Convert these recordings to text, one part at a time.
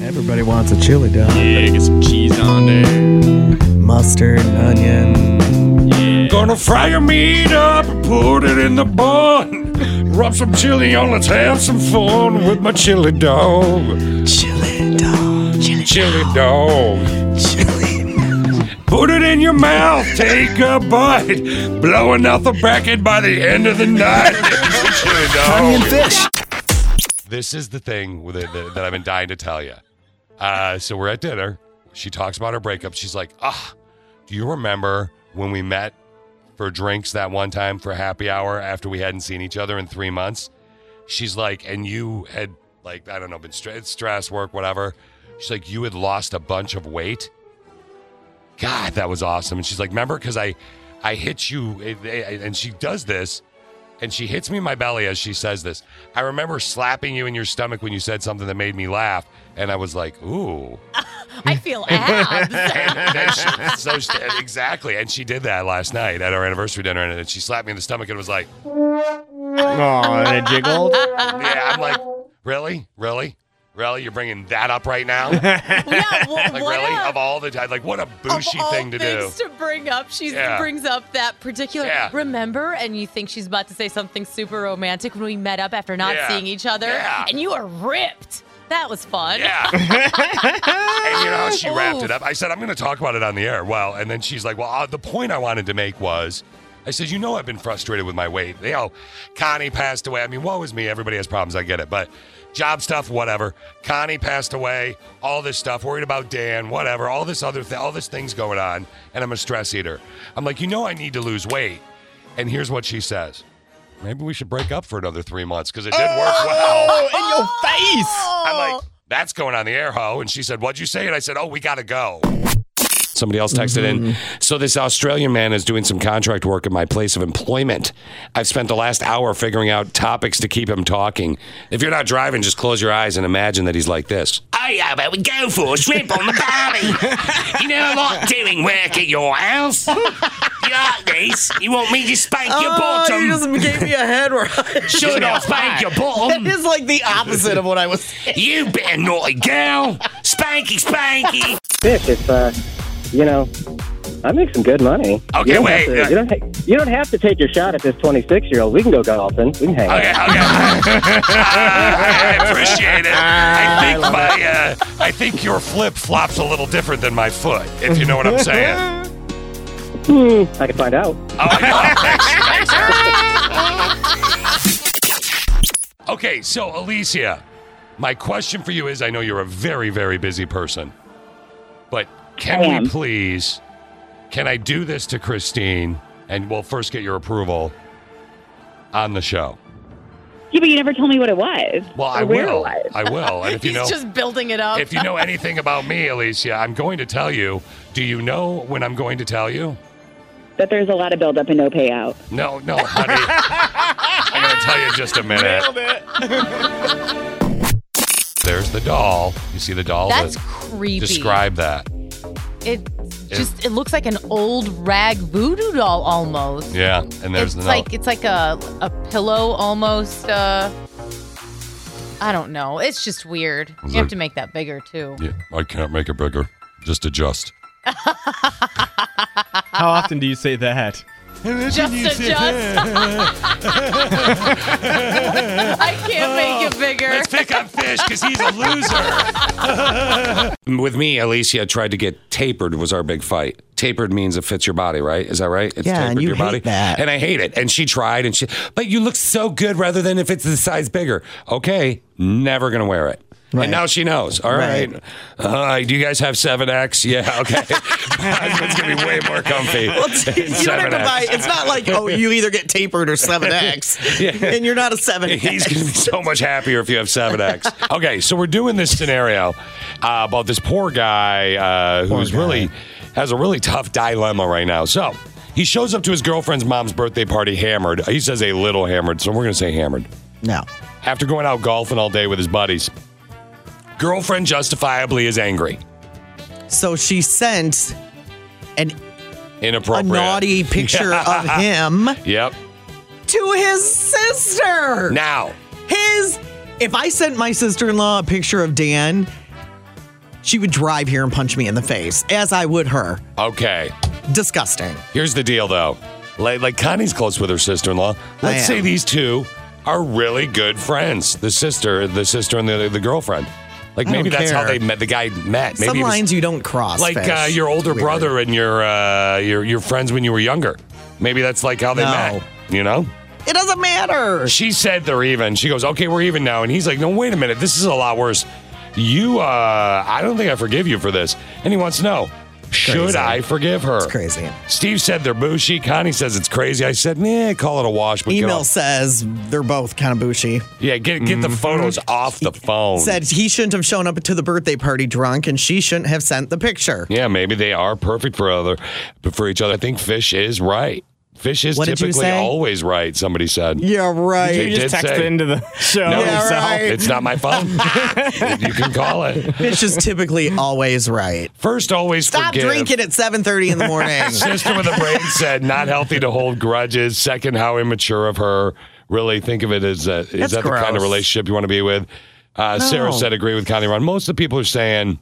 Everybody wants a chili dog. Yeah, get some cheese on there. Mustard, onion. Gonna fry your meat up and put it in the bun. Rub some chili on, let's have some fun with my chili dog. Chili dog. Chili, Chili dog. chili. Put it in your mouth, take a bite. Blowing out the bracket by the end of the night. It's a chili dog. Onion fish. this is the thing with it that, that I've been dying to tell you. Uh, so we're at dinner. She talks about her breakup. She's like, ah, do you remember when we met for drinks that one time for happy hour after we hadn't seen each other in three months? She's like, and you had, like, I don't know, been stre- stressed, work, whatever. She's like, you had lost a bunch of weight. God, that was awesome. And she's like, remember, because I, I hit you, eh, eh, and she does this and she hits me in my belly as she says this. I remember slapping you in your stomach when you said something that made me laugh, and I was like, "Ooh!" I feel abs. And then she, so she- exactly, and she did that last night at our anniversary dinner, and then she slapped me in the stomach, and was like, Oh, and it jiggled. "Yeah." I'm like, "Really, really, really? You're bringing that up right now? Like, yeah, wh- what really? a, of all the time, like, what a of bushy all thing to do." things to bring up, she Yeah. brings up that particular. Yeah. Remember, and you think she's about to say something super romantic when we met up after not Yeah. seeing each other, Yeah. and you are ripped. That was fun. Yeah. and you know, how she wrapped it Oof. up. I said, I'm going to talk about it on the air. Well, and then she's like, Well, uh, the point I wanted to make was I said, You know, I've been frustrated with my weight. You know, Connie passed away. I mean, woe is me. Everybody has problems. I get it. But job stuff, whatever. Connie passed away, all this stuff, worried about Dan, whatever, all this other thing, all this things going on. And I'm a stress eater. I'm like, You know, I need to lose weight. And here's what she says. Maybe we should break up for another three months because it did work well. Oh, in your face. I'm like, that's going on the air, ho. And she said, What'd you say? And I said, Oh, we got to go. Somebody else texted in. Mm-hmm. So, this Australian man is doing some contract work at my place of employment. I've spent the last hour figuring out topics to keep him talking. If you're not driving, just close your eyes and imagine that he's like this. Oh, yeah, but we go for a shrimp on the barbie. you know, I like doing work at your house. You like this? You want me to spank your bottom? Oh, you just gave me a head where Should I spank your bottom? It's like the opposite of what I was you better naughty girl. Spanky, spanky. Fish, if uh, you know, I make some good money. Okay, you don't wait, have to- uh, you, don't ha- you don't have to take your shot at this 26 year old. We can go golfing. We can hang out. Okay, okay. I appreciate it. I think my, uh, I think your flip flops a little different than my foot, if you know what I'm saying. Hmm, I can find out. Oh, I know. Thanks, thanks, Eric. okay, so Alicia, my question for you is I know you're a very, very busy person, but can I we am. please, can I do this to Christine? And we'll first get your approval on the show. Yeah, but you never told me what it was. Well, I or where will. It was. I will. And if you He's know, just building it up. if you know anything about me, Alicia, I'm going to tell you. Do you know when I'm going to tell you? That there's a lot of buildup and no payout. No, no, honey. I'm going to tell you in just a minute. There's the doll. You see the doll? That's The- creepy. Describe that. it. Just it looks like an old rag voodoo doll almost. Yeah, and there's it's the like it's like a a pillow almost. Uh, I don't know. It's just weird. Is You have it- to make that bigger too. Yeah, I can't make it bigger. Just adjust. How often do you say that? Just adjust. I can't make it bigger. pick up fish because he's a loser. With me, Alicia tried to get tapered was our big fight. Tapered means it fits your body, right? Is that right? It's Yeah, and tapered you your hate body. that. And I hate it. And she tried and she but you look so good rather than if it's the size bigger. Okay, never gonna wear it. Right. And now she knows. All right. Right. Uh, do you guys have 7X? Yeah, okay. it's going to be way more comfy. than you don't have to 7X. buy. It's not like oh, you either get tapered or seven X, and you're not a seven X. He's going to be so much happier if you have 7X. okay, so we're doing this scenario uh, about this poor guy uh, who's guy. really has a really tough dilemma right now. So he shows up to his girlfriend's mom's birthday party hammered. He says a little hammered, so we're going to say hammered. no. After going out golfing all day with his buddies, girlfriend justifiably is angry. So she sent an a Inappropriate. naughty picture of him Yep. to his sister. Now, his if I sent my sister-in-law a picture of Dan, She would drive here and punch me in the face, as I would her. Okay. Disgusting. Here's the deal, though. Like, like Connie's close with her sister-in-law. Let's say am. these two are really good friends. The sister, the sister, and the the girlfriend. Like I maybe don't that's how care. they met. The guy met. Maybe Some it was lines you don't cross. like Fish. uh, your older Weird. brother and your uh, your your friends when you were younger. Maybe that's like how they No. met. You know. It doesn't matter. She said they're even. She goes, okay, we're even now. And he's like, no, wait a minute. This is a lot worse. You, uh, I don't think I forgive you for this. And he wants to know, should Crazy. I forgive her? It's crazy. Steve said they're bushy. Connie says it's crazy. I said, nah, call it a wash. But get Email off- says they're both kind of bushy. yeah, get get the photos off the phone. Said he shouldn't have shown up to the birthday party drunk, and she shouldn't have sent the picture. yeah, maybe they are perfect for other, but for each other. I think Fish is right. Fish is What did you typically say? always right. Somebody said. Yeah, right. He You just did text say- into the show. No, Yeah, so- right. it's not my phone. you can call it. Fish is typically always right. First, always Stop forgive. drinking at 7:30 in the morning. Sister with a brain said, not healthy to hold grudges. Second, how immature of her. Really think of it as a, is That's that the kind of gross. relationship you want to be with? Uh, Sarah No. said, agree with Connie Ron. Most of the people are saying,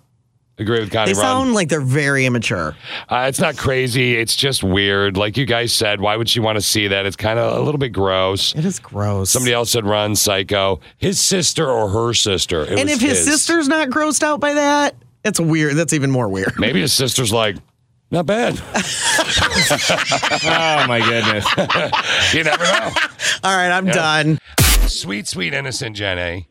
agree with Connie they Ron. sound like they're very immature. uh, it's not crazy. It's just weird. Like you guys said, why would she want to see that? It's kind of a little bit gross. It is gross. Somebody else said, run, psycho. His sister or her sister. It and was if his, sister's not grossed out by that, it's weird. That's even more weird. Maybe his sister's like, not bad. Oh my goodness. You never know. All right, I'm done. sweet, sweet, innocent Jen A,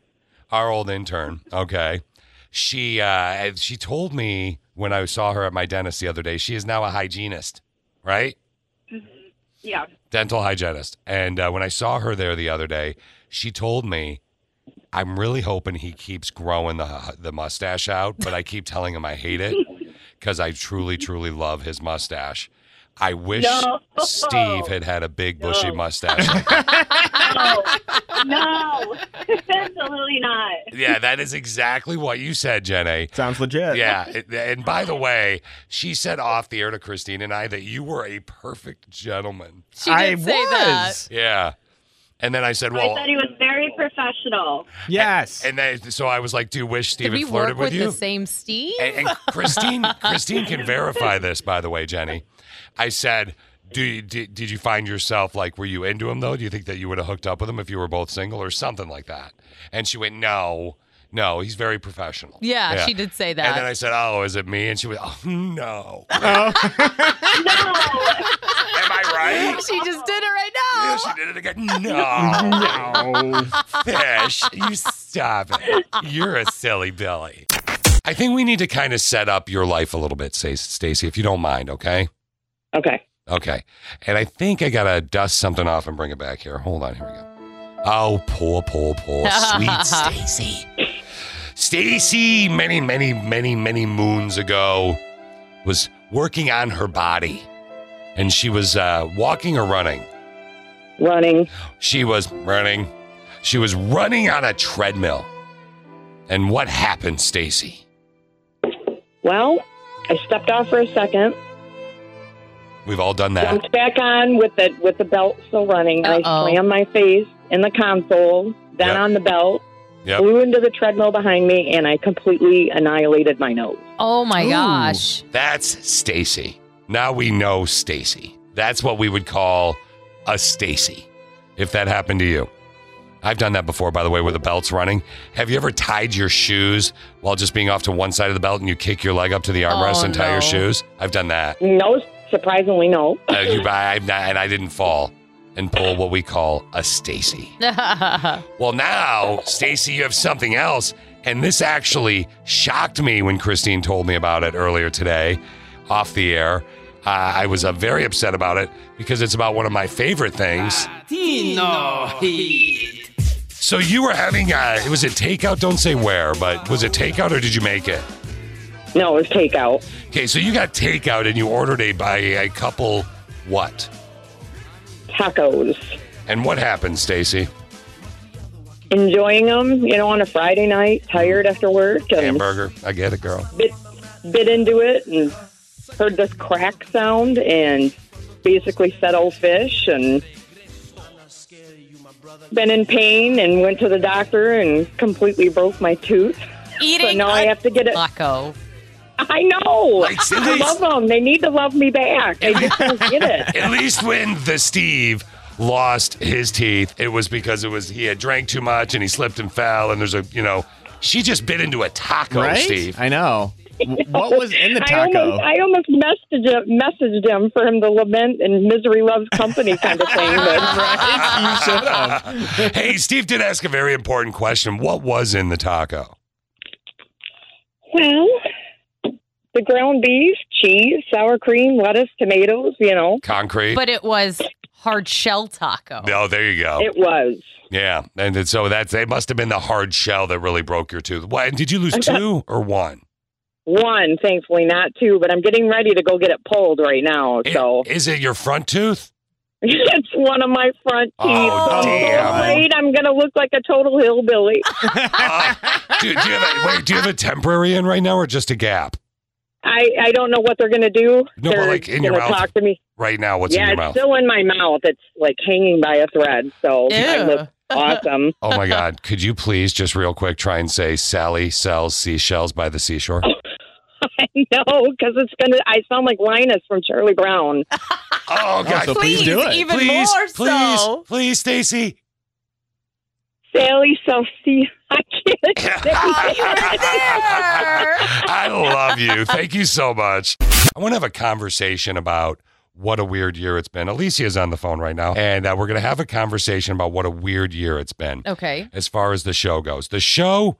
our old intern. Okay, she uh, she told me when I saw her at my dentist the other day. She is now a hygienist, right? Mm-hmm. Yeah. Dental hygienist. And uh, when I saw her there the other day, she told me. I'm really hoping he keeps growing the the mustache out, but I keep telling him I hate it because I truly, truly love his mustache. I wish No. Steve had had a big bushy No. mustache. like No, no, absolutely not. Yeah, that is exactly what you said, Jenny. Sounds legit. Yeah, it- and by the way, she said off the air to Christine and I that you were a perfect gentleman. She did I say that. was. Yeah, and then I said, I well, thought he was very professional. Yes. and then so I was like, do you wish Did Steven we flirted work with with you? the same Steve? and, and Christine, Christine can verify this, by the way, Jenny. I said, do you, did, did you find yourself like, were you into him though? Do you think that you would have hooked up with him if you were both single or something like that? And she went, no, no, he's very professional. yeah, she did say that. And then I said, "Oh, is it me?" And she was, "Oh no, No. am I right?" she just did it right Yeah, now. she did it again. No, fish, you stop it. You're a silly Billy. I think we need to kind of set up your life a little bit, Stac- Stacy, if you don't mind. Okay, Okay. okay. And I think I gotta dust something off and bring it back here. Hold on, here we go. Oh, poor, poor, poor, sweet Stacy. Stacy, many, many, many, many moons ago, was working on her body, and she was uh, walking or running. Running. She was running. She was running on a treadmill. And what happened, Stacy? Well, I stepped off for a second, We've all done that. jumped back on with the with the belt still running, and Uh-oh. I slammed my face in the console, then Yep. on the belt, Yep. flew into the treadmill behind me, and I completely annihilated my nose. Oh my Ooh. gosh. That's Stacy. Now we know Stacy. That's what we would call a Stacy if that happened to you. I've done that before, by the way, where the belt's running. Have you ever tied your shoes while just being off to one side of the belt and you kick your leg up to the armrest Oh, and tie your no. shoes? I've done that. No, surprisingly, no. Uh, you, I, I've not, and I didn't fall and pull what we call a Stacy. Well, now, Stacy, you have something else. And this actually shocked me when Christine told me about it earlier today off the air. Uh, I was uh, very upset about it because it's about one of my favorite things. So you were having, uh, it was a takeout, don't say where, but was it takeout or did you make it? No, it was takeout. Okay, so you got takeout and you ordered a, by a couple what? Tacos. And what happened, Stacy? Enjoying them, you know, on a Friday night, tired after work, and Hamburger. I get it, girl. bit, bit into it and heard this crack sound and basically said old fish and been in pain and went to the doctor and completely broke my tooth. eating. now I a have to get it- Taco. I know. Like, I Cindy's- love them. They need to love me back. I just don't get it. At least when the Steve lost his teeth, it was because it was he had drank too much and he slipped and fell. And there's a you know, she just bit into a taco, right? Steve. I know. W- What was in the I taco? almost, I almost messaged him, messaged him for him to lament and misery loves company kind of thing. But Right? You should have. hey, Steve did ask a very important question. What was in the taco? well, the ground beef, cheese, sour cream, lettuce, tomatoes. You know, Concrete. But it was hard shell taco. oh, there you go. it was. Yeah, and then- so that's it. Must have been the hard shell that really broke your tooth. Why did you lose two or one? One, thankfully, not two, but I'm getting ready to go get it pulled right now. I- So Is it your front tooth? it's one of my front teeth. Oh, so damn. I'm afraid I'm going to look like a total hillbilly. Uh, dude, do you have a, wait, do you have a temporary in right now or just a gap? I, I don't know what they're going to do. No, but, they're like, in your gonna mouth. talk to me. Right now, what's in yeah, your it's mouth? still in my mouth. It's like hanging by a thread. So I Ew. look awesome. oh my God! Could you please just real quick try and say Sally sells seashells by the seashore? Oh, I know because it's going to, I sound like Linus from Charlie Brown. Oh God! so please Please, do it. even please, more please, so. please, Stacy. Sally Sophie. I can't say it. I love you. Thank you so much. I want to have a conversation about what a weird year it's been. Alicia's on the phone right now, and uh, we're going to have a conversation about what a weird year it's been Okay. as far as the show goes. The show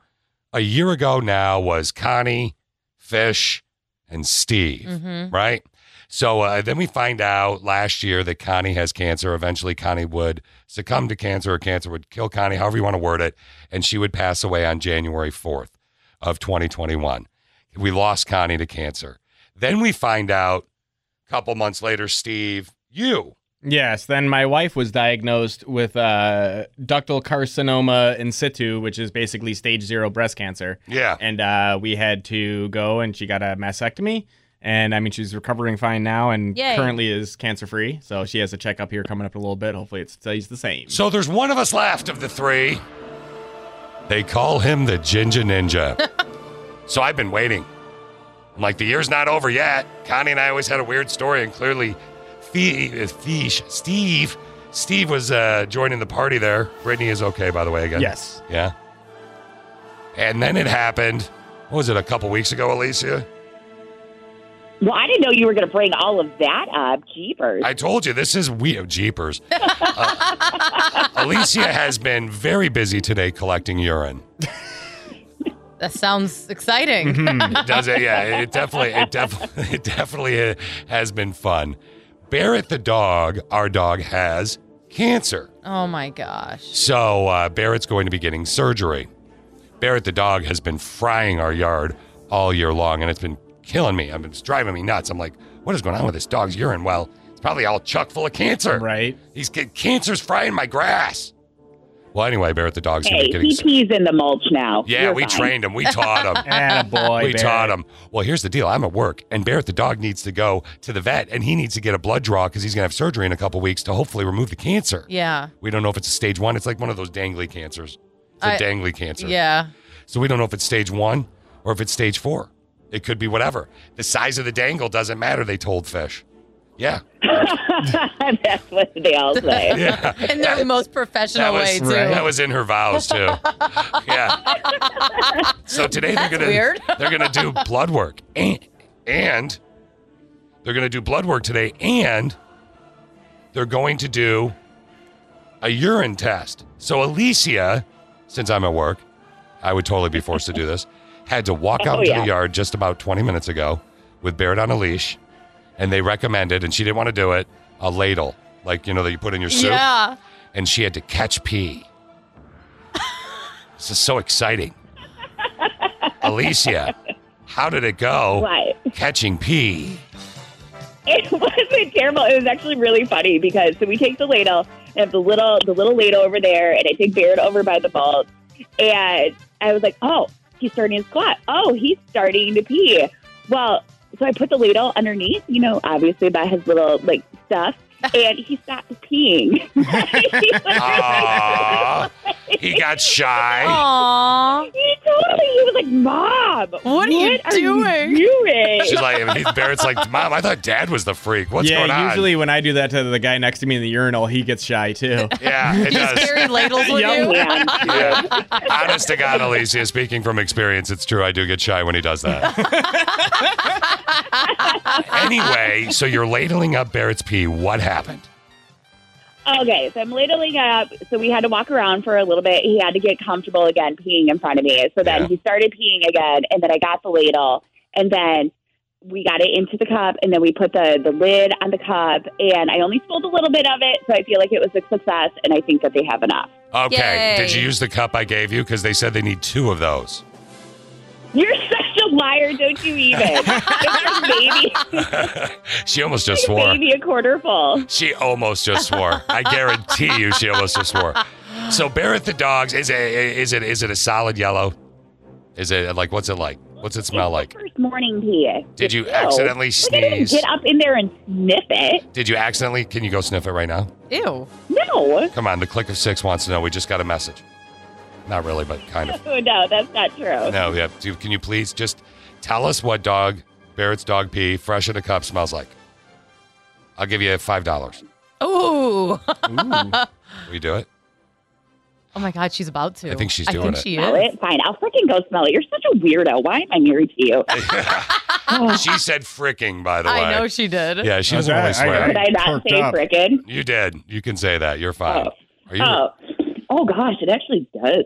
a year ago now was Connie, Fish, and Steve, Mhm. right? So uh, then we find out last year that Connie has cancer. Eventually, Connie would succumb to cancer, or cancer would kill Connie, however you want to word it, and she would pass away on January 4th of 2021. We lost Connie to cancer. Then we find out a couple months later, Steve, you. Yes, then my wife was diagnosed with uh, ductal carcinoma in situ, which is basically stage zero breast cancer. Yeah. And uh, we had to go and she got a mastectomy. And I mean, she's recovering fine now and Yay. currently is cancer free. So she has a checkup here coming up in a little bit. Hopefully it stays the same. So there's one of us left of the three. They call him the Ginger Ninja. so I've been waiting. I'm like, the year's not over yet. Connie and I always had a weird story, and clearly, Fee- Fish, Steve, Steve was uh, joining the party there. Brittany is okay, by the way, again. Yes. Yeah. And then it happened. What was it, a couple weeks ago, Alicia? Well, I didn't know you were going to bring all of that up, jeepers. I told you this is we oh, jeepers. Uh, Alicia has been very busy today collecting urine. That sounds exciting. It does it? Yeah, it definitely, it definitely, it definitely uh, has been fun. Barrett the dog, our dog has cancer, Oh my gosh. so uh, Barrett's going to be getting surgery. Barrett the dog has been frying our yard all year long, and it's been killing me. I mean, it's driving me nuts. I'm like, what is going on with this dog's urine? Well, it's probably all chuck full of cancer. Right? He's get, cancer's frying my grass. Well, anyway, Barrett the dog's going to hey, be getting. he surgery. pees in the mulch now. yeah, You're we fine. trained him. We taught him. And a boy. we taught him. um, Well, here's the deal. I'm at work, and Barrett the dog needs to go to the vet, and he needs to get a blood draw because he's gonna have surgery in a couple weeks to hopefully remove the cancer. Yeah. We don't know if it's a stage one. It's like one of those dangly cancers. It's a I- dangly cancer. Yeah. So we don't know if it's stage one or if it's stage four. It could be whatever. The size of the dangle doesn't matter. They told fish. Yeah. That's what they all say. Yeah. In their most professional way, too. That was in her vows too. yeah. So today That's they're gonna weird. they're gonna do blood work and and they're gonna do blood work today and they're going to do a urine test. So Alicia, since I'm at work, I would totally be forced to do this. Had to walk out Oh, into yeah. the yard just about 20 minutes ago with Barrett on a leash, and they recommended, and she didn't want to do it, a ladle, like you know that you put in your soup yeah. and she had to catch pee. this is so exciting. Alicia, how did it go? What? Catching pee. It wasn't terrible. It was actually really funny because so we take the ladle and have the little the little ladle over there, and I take Barrett over by the balls, and I was like, oh, he's starting to squat. Oh, he's starting to pee. Well, so I put the ladle underneath, you know, obviously by his little like stuff, and he stopped peeing. he, Aw, he got shy. Aww. he totally he was like, "Mom, what, are you doing?" doing?" She's like, Barrett's like, Mom, I thought Dad was the freak. What's yeah, going on? usually when I do that to the guy next to me in the urinal, he gets shy too. yeah, it You does. carry ladles with Yum. you? Yeah. Yeah. Honest to God, Alicia, speaking from experience, it's true. I do get shy when he does that. anyway, so you're ladling up Barrett's pee. What happened? Okay, so I'm ladling up. So we had to walk around for a little bit. He had to get comfortable again peeing in front of me. So then Yeah. he started peeing again, and then I got the ladle, and then we got it into the cup, and then we put the, the lid on the cup, and I only spilled a little bit of it, so I feel like it was a success, and I think that they have enough. Okay. Yay. Did you use the cup I gave you? Because they said they need two of those. You're such a liar, don't you even? it's like maybe, she almost just swore. maybe a quarter full. She almost just swore. I guarantee you, she almost just swore. So Barrett the dogs is it is it is it a solid yellow? Is it like what's it like? What's it smell like? It's the first morning pee. Did you Ew. accidentally Like, I didn't sneeze? get up in there and sniff it. Did you accidentally? Can you go sniff it right now? Ew. No. Come on, the click of six wants to know. We just got a message. Not really, but kind of. Oh, no, that's not true. No, yeah. Do- Can you please just tell us what dog Barrett's dog pee, fresh in a cup, smells like? I'll give you five dollars. Ooh. Will you do it? Oh my God, she's about to. I think she's I doing think it. She smell is. it? Fine. I'll freaking go smell it. You're such a weirdo. Why am I married to you? She said fricking, by the way. I know she did. Yeah, she doesn't Okay, really I- swear. I- Did I not Perked say up. frickin'? You did. You can say that. You're fine. Oh. Are you? Oh. oh, gosh. It actually does.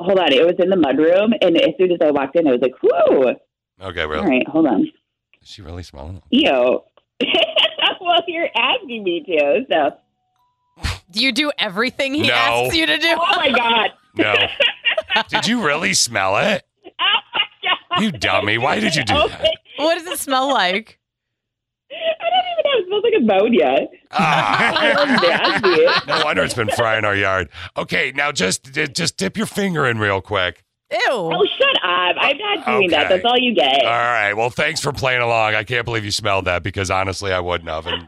Hold on. It was in the mudroom. And as soon as I walked in, I was like, whoo. Okay, All really? Oh. right. Hold on. Is she really smelling? it? Ew. well, you're asking me to. So, Do you do everything he No. asks you to do? oh my God. No. did you really smell it? Oh my God. You dummy. Why did you do Oh, that? What does it smell like? I don't even know. It smells like ammonia. Ah. Oh, nasty. No wonder it's been frying our yard. Okay, now just just dip your finger in real quick. Ew. Oh, shut up. I'm not doing that. Okay. That's all you get. All right. Well, thanks for playing along. I can't believe you smelled that because honestly, I wouldn't have. And